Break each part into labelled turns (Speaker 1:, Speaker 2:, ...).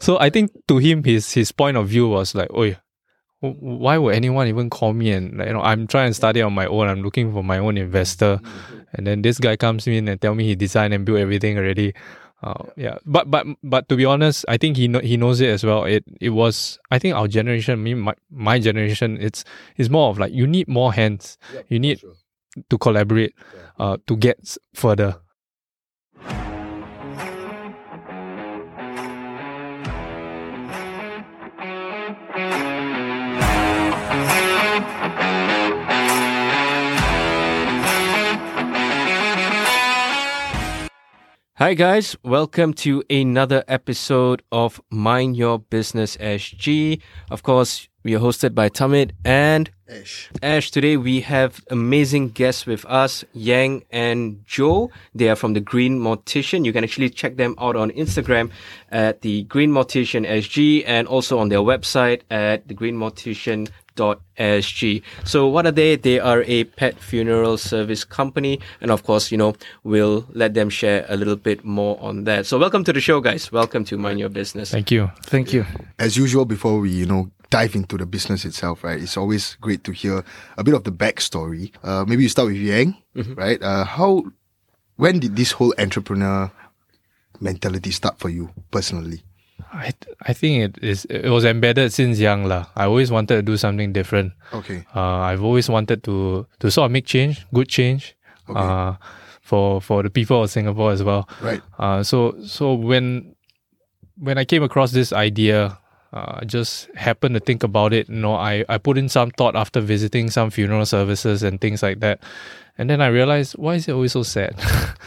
Speaker 1: So I think to him, his his point of view was like, "Oh, why would anyone even call me?" And like, you know, I'm trying to study on my own. I'm looking for my own investor, and then this guy comes in and tell me he designed and built everything already. Uh, yeah, but but but to be honest, I think he kno- he knows it as well. It it was I think our generation, me my, my generation, it's it's more of like you need more hands, you need
Speaker 2: sure.
Speaker 1: to collaborate, uh, to get s- further.
Speaker 2: Hi guys, welcome to another episode of Mind Your Business SG. Of course, we are hosted by Tamit and Ash. Ash, today we have amazing guests with us, Yang and Joe. They are from the Green Mortician. You can actually check them out on Instagram at the Green Mortician SG and also on their website at thegreenmortician.sg. So what are they? They are a pet funeral service company. And of course, you know, we'll let them share a little bit more on that. So welcome to the show, guys. Welcome to Mind Your Business.
Speaker 1: Thank you.
Speaker 3: Thank you.
Speaker 4: as usual, before we, you know, dive into the business itself, right, it's always great to hear a bit of the backstory. Uh, maybe you start with Yang,
Speaker 1: Mm-hmm.
Speaker 4: right? Uh, how, when did this whole entrepreneur mentality start for you personally?
Speaker 1: I I think it is it was embedded since young lah. I always wanted to do something different.
Speaker 4: Okay.
Speaker 1: Uh, I've always wanted to to sort of make change, good change, uh, for for the people of Singapore as well.
Speaker 4: Right.
Speaker 1: Uh, so so when when I came across this idea, uh, I just happened to think about it. You know, I, I put in some thought after visiting some funeral services and things like that. And then I realized why is it always so sad?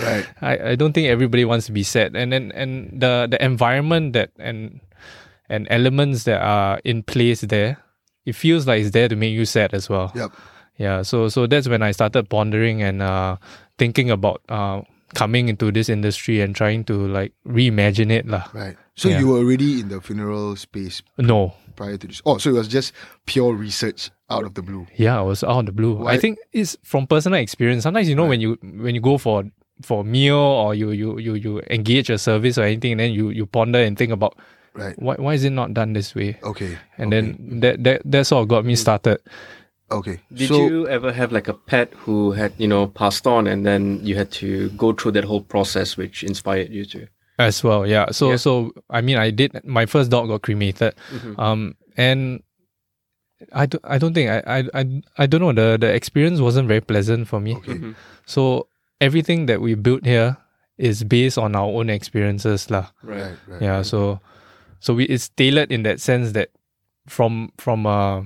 Speaker 4: Right.
Speaker 1: I, I don't think everybody wants to be sad. And then and the the environment that and and elements that are in place there, it feels like it's there to make you sad as well.
Speaker 4: Yep.
Speaker 1: Yeah, so so that's when I started pondering and uh, thinking about uh, coming into this industry and trying to like reimagine it lah.
Speaker 4: Right. So
Speaker 1: Yeah.
Speaker 4: you were already in the funeral space
Speaker 1: No,
Speaker 4: prior to this. Oh, so it was just pure research out of the blue.
Speaker 1: yeah, I was out of the blue. I
Speaker 4: Why-
Speaker 1: think it's from personal experience. Sometimes you know when you when you go for for a meal or you you you you engage a service or anything, and then you you ponder and think about
Speaker 4: Right.
Speaker 1: why why is it not done this way,
Speaker 4: Okay.
Speaker 1: and
Speaker 4: Oh, okay, Mm.
Speaker 1: then that that that's all got me started.
Speaker 4: okay.
Speaker 2: Did
Speaker 4: so,
Speaker 2: you ever have like a pet who had, you know, passed on and then you had to go through that whole process which inspired you to?
Speaker 1: as well yeah so
Speaker 2: Yeah.
Speaker 1: so i mean i did my first dog got cremated
Speaker 4: Mm-hmm.
Speaker 2: Mhm.
Speaker 1: um and I, do, I don't think I, I I I don't know the the experience wasn't very pleasant for me
Speaker 4: Okay.
Speaker 2: Mhm.
Speaker 1: so everything that we built here is based on our own experiences lah
Speaker 2: Right.
Speaker 4: right, right.
Speaker 1: yeah so so we it's tailored in that sense that from from a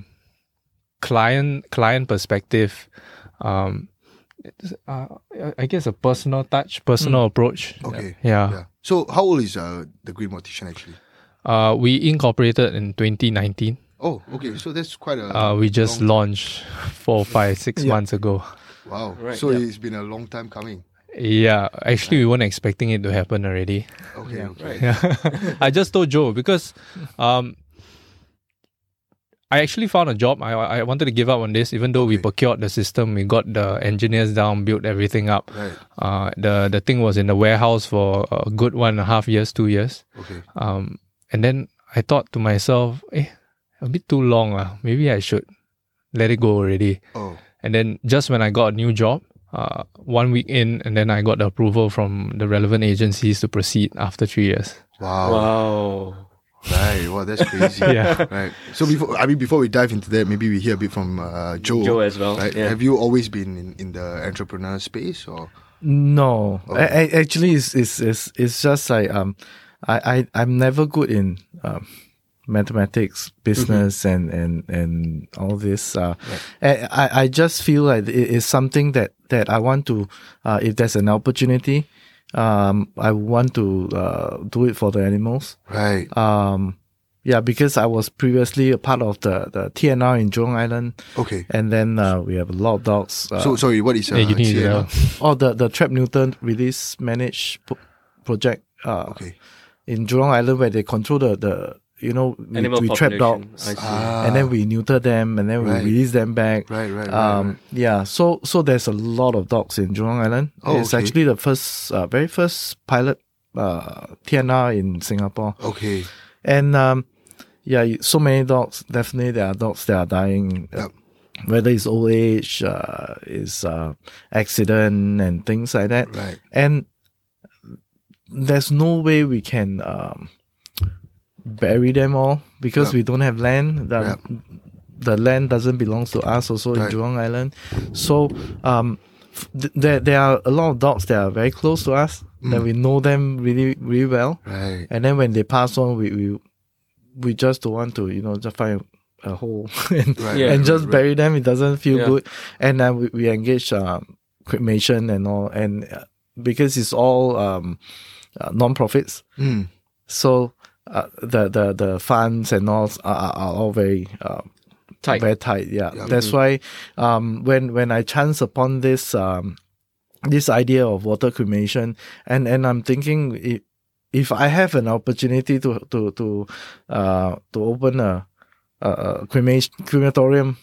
Speaker 1: client client perspective um it's, uh, I- I guess a personal touch personal approach
Speaker 4: Mm. Okay.
Speaker 1: yeah
Speaker 4: Yeah. So how old is uh, the green mortician actually?
Speaker 1: Uh, we incorporated in 2019.
Speaker 4: Oh, okay. So that's quite a
Speaker 1: Uh, we just
Speaker 4: long-
Speaker 1: launched four, five, six months ago.
Speaker 4: Wow.
Speaker 2: Right,
Speaker 4: so
Speaker 2: yeah.
Speaker 4: it's been a long time coming.
Speaker 1: Yeah, actually, we weren't expecting it to happen already.
Speaker 4: Okay. okay.
Speaker 1: I just told Joe because um, I actually found a job. I I wanted to give up on this, even though we
Speaker 4: Okay.
Speaker 1: procured the system, we got the engineers down, built everything up.
Speaker 4: Right.
Speaker 1: Uh, the the thing was in the warehouse for a good one and a half years, two years.
Speaker 4: Okay.
Speaker 3: Uh,
Speaker 1: Um, and then I thought to myself, eh, a bit too long. lah. Maybe I should let it go already.
Speaker 4: Oh.
Speaker 1: And then just when I got a new job, uh, one week in, and then I got the approval from the relevant agencies to proceed after three years.
Speaker 4: Wow.
Speaker 2: Wow.
Speaker 4: Right. Wow. That's crazy.
Speaker 1: Yeah.
Speaker 4: Right. So before I mean before we dive into that, maybe we hear a bit from uh, Joe.
Speaker 2: Joe as well,
Speaker 4: Right.
Speaker 2: yeah.
Speaker 4: Have you always been in, in the entrepreneur space or
Speaker 3: No,
Speaker 4: Okay.
Speaker 3: I, I, actually, it's, it's it's it's just like um, I I I'm never good in um, mathematics, business, and and and all this. Uh, and I I just feel like it is something that that I want to, uh, if there's an opportunity, um, I want to uh, do it for the animals.
Speaker 4: right?
Speaker 3: Um, yeah, because I was previously a part of the the TNR in Jurong Island,
Speaker 4: Okay.
Speaker 3: and then uh, we have a lot of dogs. Uh,
Speaker 4: so sorry. What is uh,
Speaker 1: Yeah, you need to
Speaker 4: TNR?
Speaker 3: Oh, the the Trap Newton release manage pro- project uh,
Speaker 4: Okay.
Speaker 3: in Jurong Island where they control the, the you know we,
Speaker 2: Animal
Speaker 3: we trap
Speaker 2: population.
Speaker 3: dogs
Speaker 2: I see.
Speaker 4: Ah,
Speaker 3: and then we neuter them and then
Speaker 4: Right.
Speaker 3: we release them back.
Speaker 4: Right, right, right,
Speaker 3: Um,
Speaker 4: right.
Speaker 3: Yeah. So so there's a lot of dogs in Jurong Island.
Speaker 4: Oh,
Speaker 3: it's
Speaker 4: okay.
Speaker 3: actually the first uh, very first pilot uh, TNR in Singapore.
Speaker 4: Okay.
Speaker 3: And um, yeah, you- so many dogs. Definitely, there are dogs that are dying. uh,
Speaker 4: Yup.
Speaker 3: Whether it's old age, uh, is uh, accident and things like that.
Speaker 4: Right.
Speaker 3: And there's no way we can um, bury them all because
Speaker 4: Yup.
Speaker 3: we don't have land. The,
Speaker 4: Yup.
Speaker 3: the land doesn't belong to us also
Speaker 4: Right.
Speaker 3: in Jurong Island. So um, f- th- there, there are a lot of dogs that are very close to us that we know them really, really well.
Speaker 4: Right.
Speaker 3: And then when they pass on, we we, we just don't want to, you know, just find a hole and,
Speaker 4: Right.
Speaker 2: Yeah.
Speaker 3: and
Speaker 4: right,
Speaker 3: just
Speaker 4: right.
Speaker 3: bury them. It doesn't feel
Speaker 2: Yeah.
Speaker 3: good. And then we, we engage um, cremation and all. And uh, because it's all um, uh, non-profits,
Speaker 4: Mm.
Speaker 3: so uh, the, the, the funds and all are, are- are all very... Um,
Speaker 2: Tight.
Speaker 3: very tight. Yeah,
Speaker 4: Yeah.
Speaker 3: that's why um, when when I chance upon this um, this idea of water cremation, and and I'm thinking if, if I have an opportunity to to to uh, to open a, a, a cremation crematorium.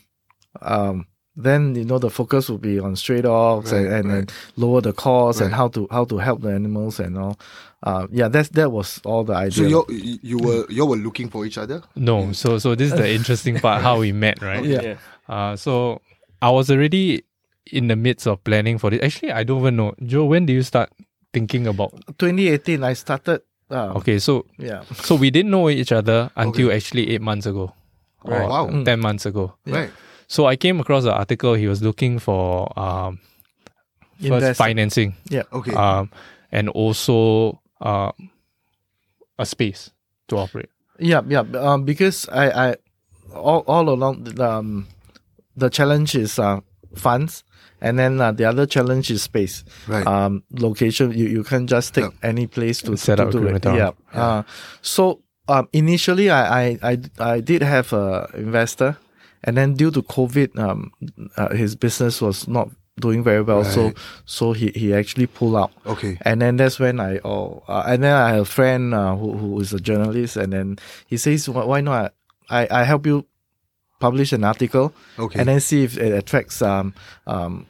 Speaker 3: Um, then you know the focus will be on stray dogs and,
Speaker 4: Right,
Speaker 3: and,
Speaker 4: right.
Speaker 3: and lower the cost and
Speaker 4: Right.
Speaker 3: how to how to help the animals and all. Uh, yeah, that's that was all the idea.
Speaker 4: So you you were you were looking for each other.
Speaker 1: No, so so this is the interesting part how we met, right?
Speaker 3: Yeah.
Speaker 1: Uh, so I was already in the midst of planning for this. Actually, I don't even know, Joe. When do you start thinking about?
Speaker 3: 2018, I started. Uh,
Speaker 1: Okay, so
Speaker 3: Yeah.
Speaker 1: so we didn't know each other until actually eight months ago,
Speaker 4: Right.
Speaker 1: or
Speaker 4: Oh, Wow.
Speaker 1: ten months ago.
Speaker 4: Right.
Speaker 1: So I came across an article. He was looking for um, first
Speaker 3: Invest-
Speaker 1: financing,
Speaker 4: Okay.
Speaker 3: Uh,
Speaker 1: um, and also uh, a space to operate.
Speaker 3: Yeah, yeah. b- Um, because I, I, all, all along, the, um, the challenge is uh, funds, and then uh, the other challenge is space.
Speaker 4: right.
Speaker 3: Um, location. You, you can't just take any place to
Speaker 1: Set
Speaker 3: to
Speaker 1: up a
Speaker 3: do it. Yeah.
Speaker 1: crematorium.
Speaker 3: Uh, so um, initially, I, I, I, I did have a investor, and then due to COVID, um, uh, his business was not doing very well. So
Speaker 4: Right.
Speaker 3: so he he actually pulled out.
Speaker 4: okay.
Speaker 3: And then that's when I oh, uh, and then I have a friend uh, who who is a journalist, and then he says, "Why why not? I I help you publish an article,
Speaker 4: Okay.
Speaker 3: and then see if it attracts um um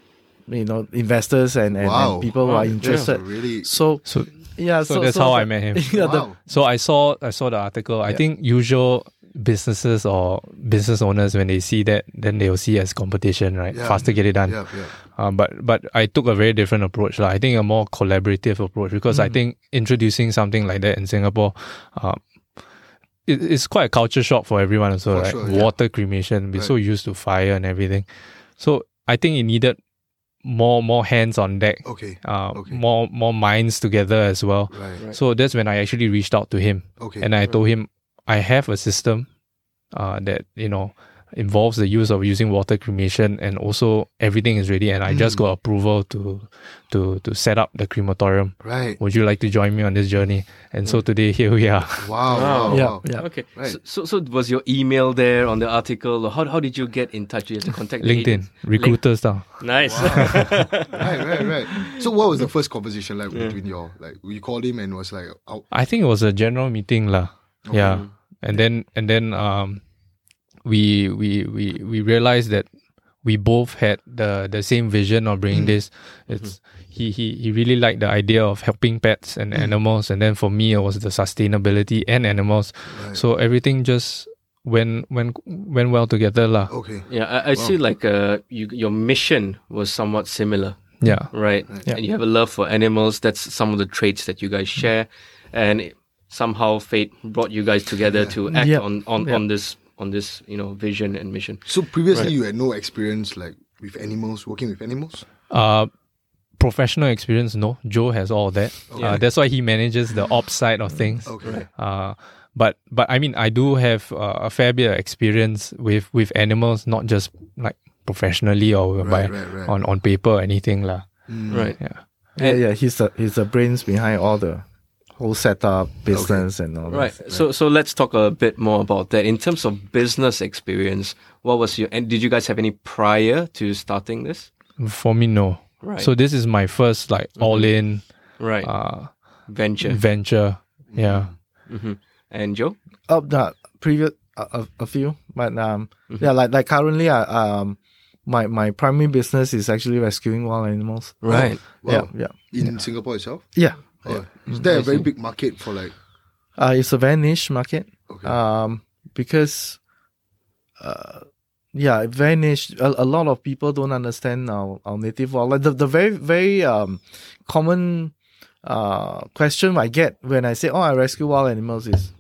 Speaker 3: you know investors and and, and
Speaker 4: Wow.
Speaker 3: people who
Speaker 2: Wow,
Speaker 3: are
Speaker 2: yeah.
Speaker 4: So
Speaker 3: interested."
Speaker 4: really.
Speaker 3: So
Speaker 1: So
Speaker 3: yeah,
Speaker 1: so,
Speaker 3: so,
Speaker 1: that's
Speaker 3: so-
Speaker 1: how
Speaker 3: so-
Speaker 1: I met him.
Speaker 3: Yeah, the-
Speaker 4: wow.
Speaker 1: So I saw I saw the article. I
Speaker 3: Yeah.
Speaker 1: think usual businesses or business owners when they see that, then they'll see as competition, right?
Speaker 4: Yeah.
Speaker 1: Faster get it done.
Speaker 4: Yeah. Yeah.
Speaker 1: Um, but but I took a very different approach. lah. I think a more collaborative approach because
Speaker 4: Hmm.
Speaker 1: I think introducing something like that in Singapore, um, it, it's quite a culture shock for everyone. Also,
Speaker 4: For
Speaker 1: right?
Speaker 4: sure, yeah.
Speaker 1: Water cremation. We're so used to fire and everything, so I think it needed more more hands on deck.
Speaker 4: Okay.
Speaker 1: Uh,
Speaker 4: Okay.
Speaker 1: more more minds together as well.
Speaker 4: Right.
Speaker 2: Right.
Speaker 1: So that's when I actually reached out to him
Speaker 4: Okay.
Speaker 1: and I told him I have a system uh, that you know involves the use of using water cremation and also everything is ready and I just got approval to to to set up the crematorium.
Speaker 4: right.
Speaker 1: Would you like to join me on this journey? And so today here we are.
Speaker 4: Wow.
Speaker 2: Wow.
Speaker 4: Wow.
Speaker 3: yeah,
Speaker 4: wow.
Speaker 3: yeah.
Speaker 2: Okay.
Speaker 4: Right.
Speaker 2: So, so, so was your email there on the article? Or how, how did you get in touch? You had to contact the
Speaker 1: LinkedIn
Speaker 2: agents.
Speaker 1: recruiters down.
Speaker 2: Nice.
Speaker 4: right, right, right. So, what was the first conversation like between y'all? Like, you called him and was like, oh,
Speaker 1: I think it was a general meeting lah. Yeah. And then and then um we we we we realized that we both had the the same vision of bringing
Speaker 4: Mm-hmm.
Speaker 1: this. It's he he he really liked the idea of helping pets and
Speaker 4: Mm.
Speaker 1: animals and then for me it was the sustainability and animals.
Speaker 4: Right.
Speaker 1: So everything just went went went well together lah.
Speaker 4: okay,
Speaker 2: yeah, I, I see. Like, uh, you, your mission was somewhat similar,
Speaker 1: Yeah.
Speaker 2: right? And you have a love for animals. That's some of the traits that you guys share, and it- somehow fate brought you guys together to act
Speaker 3: Yeah.
Speaker 2: on on,
Speaker 3: Yeah.
Speaker 2: on this on this you know vision and mission.
Speaker 4: So previously, you had no experience like with animals, working with animals.
Speaker 1: Uh professional experience no. Joe has all that. Uh, that's why he manages the ops side of things.
Speaker 4: Okay,
Speaker 1: Uh, but but I mean, I do have uh, a fair bit of experience with with animals, not just like professionally or by
Speaker 4: right, right.
Speaker 1: on on paper or anything lah.
Speaker 2: Right.
Speaker 1: Yeah.
Speaker 3: yeah, yeah. He's the he's the brains behind all the whole setup, business, and all.
Speaker 2: Right.
Speaker 3: that.
Speaker 2: So so let's talk a bit more about that. In terms of business experience, what was your and did you guys have any prior to starting this?
Speaker 1: For me, no.
Speaker 2: Right.
Speaker 1: So this is my first like
Speaker 4: Mm-hmm.
Speaker 1: all in
Speaker 2: Right.
Speaker 1: uh,
Speaker 2: Venture.
Speaker 1: venture.
Speaker 4: Mm-hmm.
Speaker 1: Yeah.
Speaker 2: and Joe?
Speaker 3: Oh, the previous a, a, a few, but um,
Speaker 1: Mm-hmm.
Speaker 3: yeah, like like currently, I um, my my primary business is actually rescuing wild animals.
Speaker 2: Right.
Speaker 4: Wow.
Speaker 3: Yeah,
Speaker 4: in Singapore itself.
Speaker 3: yeah, yeah.
Speaker 4: Or Is there a very big market for like?
Speaker 3: Uh, it's a very niche market.
Speaker 4: Okay.
Speaker 3: um, because uh, yeah, very niche. A, a lot of people don't understand our, our native law. Like the, the very very um, common uh, question I get when I say, "Oh, I rescue wild animals," is,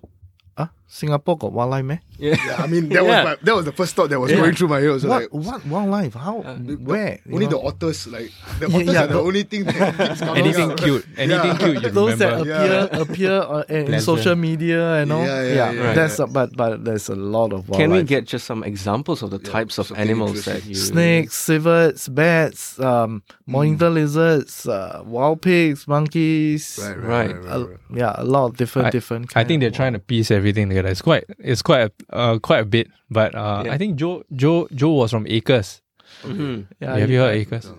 Speaker 3: "Ah, Singapore got wildlife, man?
Speaker 2: Yeah.
Speaker 4: yeah, I mean that
Speaker 2: Yeah.
Speaker 4: was my, that was the first thought that was
Speaker 2: Yeah.
Speaker 4: going through my head. I was
Speaker 3: What
Speaker 4: like,
Speaker 3: what wildlife? How? where? You
Speaker 4: only
Speaker 3: know?
Speaker 4: the otters, like the
Speaker 3: Yeah,
Speaker 4: otters
Speaker 3: yeah,
Speaker 4: are the
Speaker 3: but-
Speaker 4: only thing that keeps coming
Speaker 1: Anything
Speaker 4: up.
Speaker 1: cute. Anything
Speaker 4: Yeah.
Speaker 1: cute you
Speaker 3: those that
Speaker 1: remember.
Speaker 3: appear appear uh, in
Speaker 2: Pleasant.
Speaker 3: social media and all.
Speaker 4: Yeah,
Speaker 3: Yeah,
Speaker 4: yeah, yeah,
Speaker 2: Right.
Speaker 3: that's
Speaker 4: yeah.
Speaker 3: A, but but there's a lot of wildlife.
Speaker 2: Can we get just some examples of the types of
Speaker 4: something
Speaker 2: animals that
Speaker 4: interesting.
Speaker 2: you
Speaker 3: snakes, civets, bats, um,
Speaker 4: Mm.
Speaker 3: monitor lizards, uh, wild pigs, monkeys?
Speaker 4: Right, right,
Speaker 2: Right.
Speaker 4: right. right,
Speaker 3: A-
Speaker 4: right.
Speaker 3: yeah, a lot of different
Speaker 1: I
Speaker 3: different. kind
Speaker 1: think
Speaker 3: of
Speaker 1: they're trying to piece everything together. It's quite it's quite a, uh, quite a bit, but uh,
Speaker 2: Yeah.
Speaker 1: I think Joe Joe Joe was from Acres.
Speaker 2: Mhm.
Speaker 3: wild- Yeah,
Speaker 1: Have
Speaker 3: you-
Speaker 1: you heard Acres?
Speaker 4: Oh.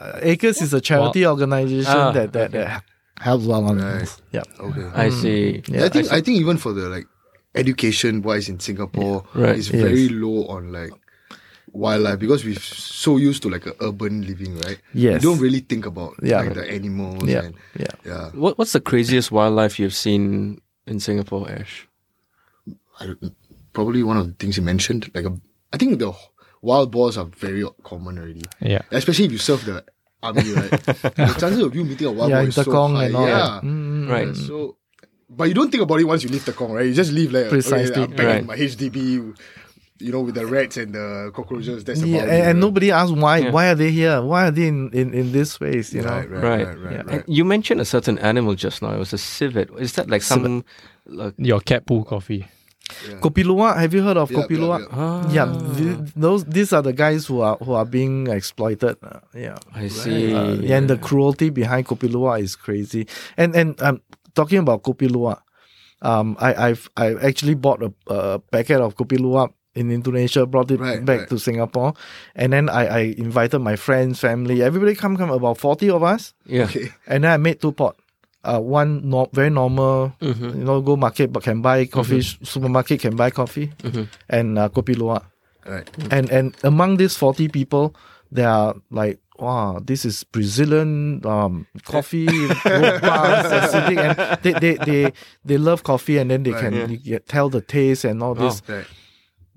Speaker 3: uh, Acres is a charity organization
Speaker 1: uh,
Speaker 2: Ah,
Speaker 3: that that, that helps wild animals. Yeah,
Speaker 4: Okay.
Speaker 2: I see.
Speaker 4: I think I, think even for the like education wise in Singapore,
Speaker 2: Right.
Speaker 4: it's
Speaker 3: Yes.
Speaker 4: very low on like wildlife because we're so used to like a urban living, right?
Speaker 3: Yes.
Speaker 4: We don't really think about
Speaker 3: Yeah.
Speaker 4: like the animals
Speaker 3: Yeah.
Speaker 4: and
Speaker 3: yeah.
Speaker 4: yeah.
Speaker 2: What What's the craziest wildlife you've seen in Singapore, Ash?
Speaker 4: I don't, probably one of the things you mentioned, like a, I think the wild boars are very common already,
Speaker 1: Yeah.
Speaker 4: especially if you serve the army, right? the chances of you meeting a wild
Speaker 3: yeah,
Speaker 4: boar
Speaker 3: in
Speaker 4: is so
Speaker 3: Tekong
Speaker 4: high.
Speaker 3: and all.
Speaker 4: yeah.
Speaker 3: that. Mm,
Speaker 2: Right.
Speaker 4: Yeah, So, but you don't think about it once you leave the Kong, right? You just leave like okay,
Speaker 3: Precisely.
Speaker 4: I'm back in
Speaker 2: Right.
Speaker 4: my HDB, you know, with the rats and the cockroaches. That's
Speaker 3: Yeah,
Speaker 4: about
Speaker 3: and,
Speaker 4: it,
Speaker 3: and
Speaker 4: right?
Speaker 3: nobody asks why.
Speaker 2: Yeah.
Speaker 3: Why are they here? Why are they in, in, in this place? You know,
Speaker 4: Right, right,
Speaker 2: Right.
Speaker 4: right, right, right,
Speaker 2: And You mentioned a certain animal just now. It was a civet. Is that like some? Like,
Speaker 1: Your cat pool coffee.
Speaker 3: Kopi Luwak. Have you heard of
Speaker 4: Yeah,
Speaker 3: Kopi
Speaker 4: yeah,
Speaker 3: Luwak?
Speaker 4: yeah.
Speaker 2: ah,
Speaker 3: Yeah, th- those these are the guys who are who are being exploited. uh, yeah,
Speaker 2: I see.
Speaker 3: Uh, and the cruelty behind Kopi Luwak is crazy. And and um, talking about Kopi Luwak, um, I I've I actually bought a, a packet of Kopi Luwak in Indonesia, brought it
Speaker 4: Right,
Speaker 3: back
Speaker 4: right.
Speaker 3: to Singapore, and then I, I invited my friends, family, everybody come come about forty of us,
Speaker 2: yeah.
Speaker 4: Okay.
Speaker 3: and then I made two pot. Uh, one no, very normal,
Speaker 4: Mm-hmm.
Speaker 3: you know, go market but can buy coffee, supermarket can buy coffee,
Speaker 4: Mm-hmm.
Speaker 3: and uh, Kopi Luwak
Speaker 4: Right.
Speaker 3: and and among these 40 people there are like wow this is brazilian um coffee robust acidic and they, they they they love coffee and then they can
Speaker 2: yeah.
Speaker 3: you get- tell the taste and all this
Speaker 4: Right.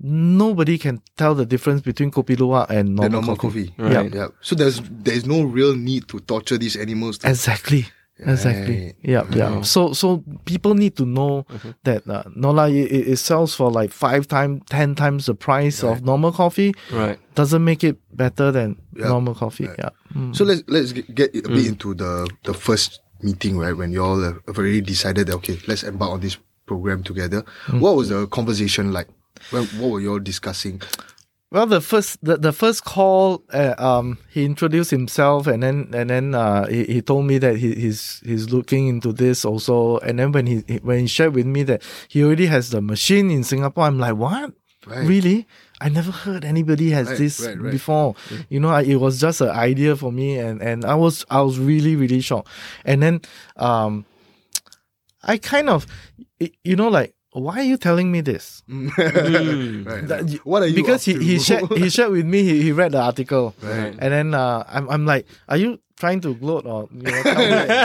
Speaker 3: nobody can tell the difference between kopi luwak and
Speaker 4: The
Speaker 3: normal,
Speaker 4: normal
Speaker 3: coffee.
Speaker 4: coffee.
Speaker 3: Yeah.
Speaker 4: Yeah. So there's there's no real need to torture these animals. To,
Speaker 3: exactly Exactly.
Speaker 4: Right. Mm-hmm.
Speaker 3: Yeah, yeah.
Speaker 2: Wow.
Speaker 3: So, so people need to know that uh, no lah, it, it it sells for like five times, ten times the price of normal coffee.
Speaker 2: Right.
Speaker 3: Doesn't make it better than
Speaker 4: Yeah.
Speaker 3: normal coffee. Yeah. Mm.
Speaker 4: so let's let's get, get a bit into the the first meeting, right? When you all have already decided that okay, let's embark on this program together.
Speaker 3: Mm.
Speaker 4: What was the conversation like? Well, what were you all discussing?
Speaker 3: Well, the first the, the first call, uh, um, he introduced himself, and then and then uh, he, he told me that he, he's he's looking into this also. And then when he he- when he shared with me that he already has the machine in Singapore, I'm like, what?
Speaker 4: Right.
Speaker 3: Really? I never heard anybody has
Speaker 4: Right,
Speaker 3: this
Speaker 4: right, Mm. right.
Speaker 3: before. You know, I, it was just an idea for me, and and I was I was really really shocked. And then um, I kind of, y- you know, like why are you telling me this?
Speaker 4: Right.
Speaker 3: That-
Speaker 4: right. what are Mm. you
Speaker 3: because
Speaker 4: up
Speaker 3: he,
Speaker 4: to?
Speaker 3: he shared he shared with me he, he read the article
Speaker 4: Right.
Speaker 3: and then uh, I'm I'm like are you trying to gloat or you know,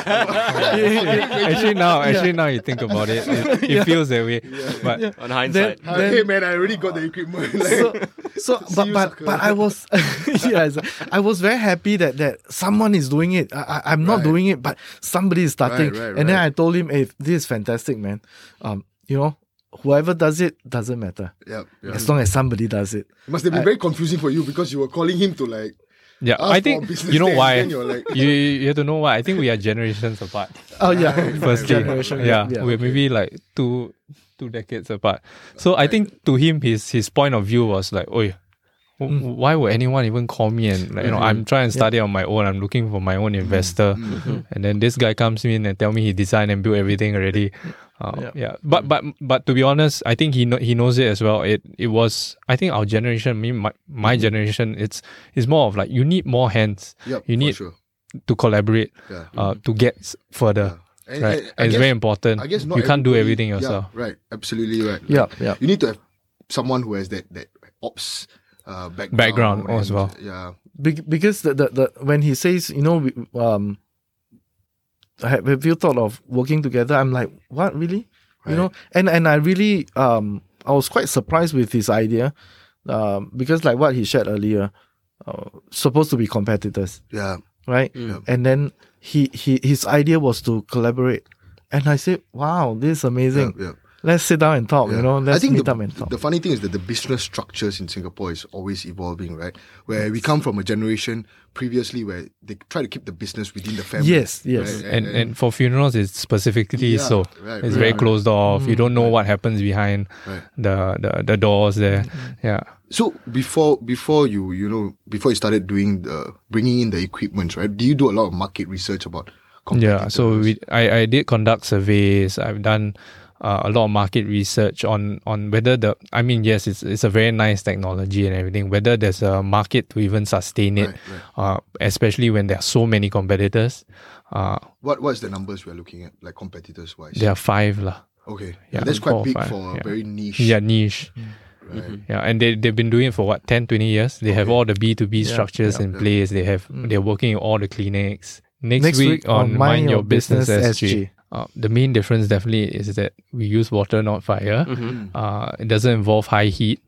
Speaker 3: tell me?"
Speaker 1: actually now, actually now you think about it, it, it feels that way. But
Speaker 2: On hindsight.
Speaker 3: Then- then-
Speaker 4: hey man, I already got the equipment. Like,
Speaker 3: so so but
Speaker 4: you,
Speaker 3: but,
Speaker 4: sucker.
Speaker 3: but I was yes I was very happy that that someone is doing it I, I I'm not
Speaker 4: Right.
Speaker 3: doing it but somebody is starting
Speaker 4: Right, right,
Speaker 3: and then
Speaker 4: right.
Speaker 3: I told him hey this is fantastic man um you know whoever does it doesn't matter
Speaker 4: Yep, yep.
Speaker 3: as long as somebody does it
Speaker 4: It must have been very confusing for you because you were calling him to like
Speaker 1: yeah,
Speaker 4: ask
Speaker 1: I
Speaker 4: for a
Speaker 1: think
Speaker 4: business
Speaker 1: you know
Speaker 4: day and
Speaker 1: why.
Speaker 4: then you're like-
Speaker 1: you you have to know why. I think we are generations apart.
Speaker 3: oh yeah
Speaker 1: First
Speaker 3: generation
Speaker 1: yeah,
Speaker 3: yeah.
Speaker 1: we're maybe like two two decades apart. So I think to him his his point of view was like, oh,
Speaker 3: Mm.
Speaker 1: why would anyone even call me? And like, you know,
Speaker 3: Mm-hmm.
Speaker 1: I'm trying to study on my own. I'm looking for my own investor,
Speaker 3: Mm-hmm.
Speaker 1: and then this guy comes in and tell me he designed and built everything already. Uh,
Speaker 3: Yeah.
Speaker 1: yeah. but but but to be honest, I think he know, he knows it as well. It it was I think our generation, me my, my
Speaker 3: Mm-hmm.
Speaker 1: generation, it's it's more of like you need more hands.
Speaker 4: yep,
Speaker 1: you
Speaker 4: for
Speaker 1: need
Speaker 4: sure.
Speaker 1: to collaborate
Speaker 4: Yeah.
Speaker 3: Mm-hmm.
Speaker 1: uh, to get s- further.
Speaker 4: And-
Speaker 1: right,
Speaker 4: and I
Speaker 1: and it's
Speaker 4: guess-
Speaker 1: very important.
Speaker 4: I guess not
Speaker 1: you can't do everything
Speaker 4: everybody-
Speaker 1: yourself.
Speaker 4: Yeah, right, absolutely right. Like,
Speaker 3: yeah yeah
Speaker 4: You need to have someone who has that that ops uh, background,
Speaker 1: Background
Speaker 4: and-
Speaker 1: as well.
Speaker 4: Yeah,
Speaker 3: Bec- because the, the, the when he says you know we- um have, have you thought of working together i'm like what really
Speaker 4: Right.
Speaker 3: you know and and i really um i was quite surprised with his idea um because like what he shared earlier uh, supposed to be competitors
Speaker 4: Yeah.
Speaker 3: right and then he, he his idea was to collaborate and i said wow this is
Speaker 4: Yeah,
Speaker 3: amazing
Speaker 4: yeah,
Speaker 3: let's sit down and talk
Speaker 4: Oh, yeah.
Speaker 3: you know let's meet
Speaker 4: the,
Speaker 3: up and talk
Speaker 4: the funny thing is that the business structures in Singapore is always evolving, right? Where we come from a generation previously where they try to keep the business within the family.
Speaker 3: yes yes
Speaker 4: right?
Speaker 1: and and for funerals it's specifically
Speaker 4: Yeah,
Speaker 1: so
Speaker 4: right,
Speaker 1: it's
Speaker 4: right,
Speaker 1: very
Speaker 4: right.
Speaker 1: closed off you don't know what happens behind
Speaker 4: Right.
Speaker 1: the, the the doors there yeah
Speaker 4: So before before you you know before you started doing the bringing in the equipment right? Do you do a lot of market research about?
Speaker 1: yeah so
Speaker 4: competitors?
Speaker 1: we I, I did conduct surveys i've done uh, a lot of market research on on whether the i mean yes it's it's a very nice technology and everything whether there's a market to even sustain it
Speaker 4: Right, right.
Speaker 1: Uh, especially when there are so many competitors uh,
Speaker 4: what what's the numbers we are looking at like competitors wise?
Speaker 1: there are five lah.
Speaker 4: Okay.
Speaker 1: Yeah,
Speaker 4: that's quite
Speaker 1: four or
Speaker 4: big
Speaker 1: five,
Speaker 4: for a
Speaker 1: yeah.
Speaker 4: very niche.
Speaker 1: yeah Mm-hmm. niche
Speaker 4: Right.
Speaker 1: Yeah, and they they've been doing it for what 10, 20 years. They have all the B two B structures in place. They have they're working in all the clinics. Hmm. Next,
Speaker 3: Next
Speaker 1: week,
Speaker 3: week
Speaker 1: on Mind Your Business, SG.
Speaker 3: SG.
Speaker 1: Uh, the main difference definitely is that we use water, not fire. Uh, it doesn't involve high heat.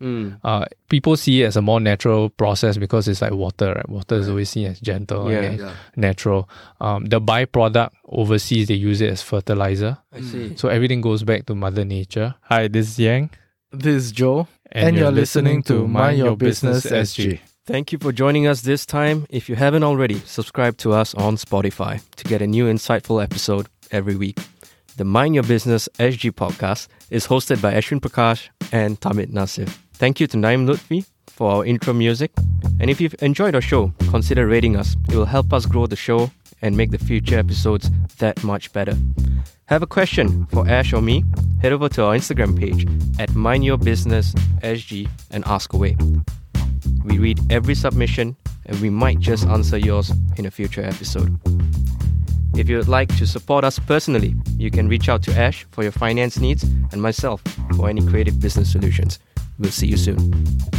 Speaker 1: Uh, people see it as a more natural process because it's like water. Right? Water is always seen as gentle
Speaker 2: Yeah.
Speaker 1: and
Speaker 4: Yeah.
Speaker 1: natural. Um, the byproduct overseas they use it as fertilizer.
Speaker 2: I see.
Speaker 1: So everything goes back to Mother Nature. Hi, this is Yang.
Speaker 3: this is joe and, you're, listening, to mind your business sg
Speaker 2: Thank you for joining us this time. If you haven't already, subscribe to us on Spotify to get a new insightful episode every week. The Mind Your Business SG podcast is hosted by Ashwin Prakash and Tamit Nasif. Thank you to Naim Lutfi for our intro music. And if you've enjoyed our show, consider rating us. It will help us grow the show and make the future episodes that much better. Have a question for Ash or me? Head over to our Instagram page at Mind Your Business SG and ask away. We read every submission and we might just answer yours in a future episode. If you would like to support us personally, you can reach out to Ash for your finance needs and myself for any creative business solutions. We'll see you soon.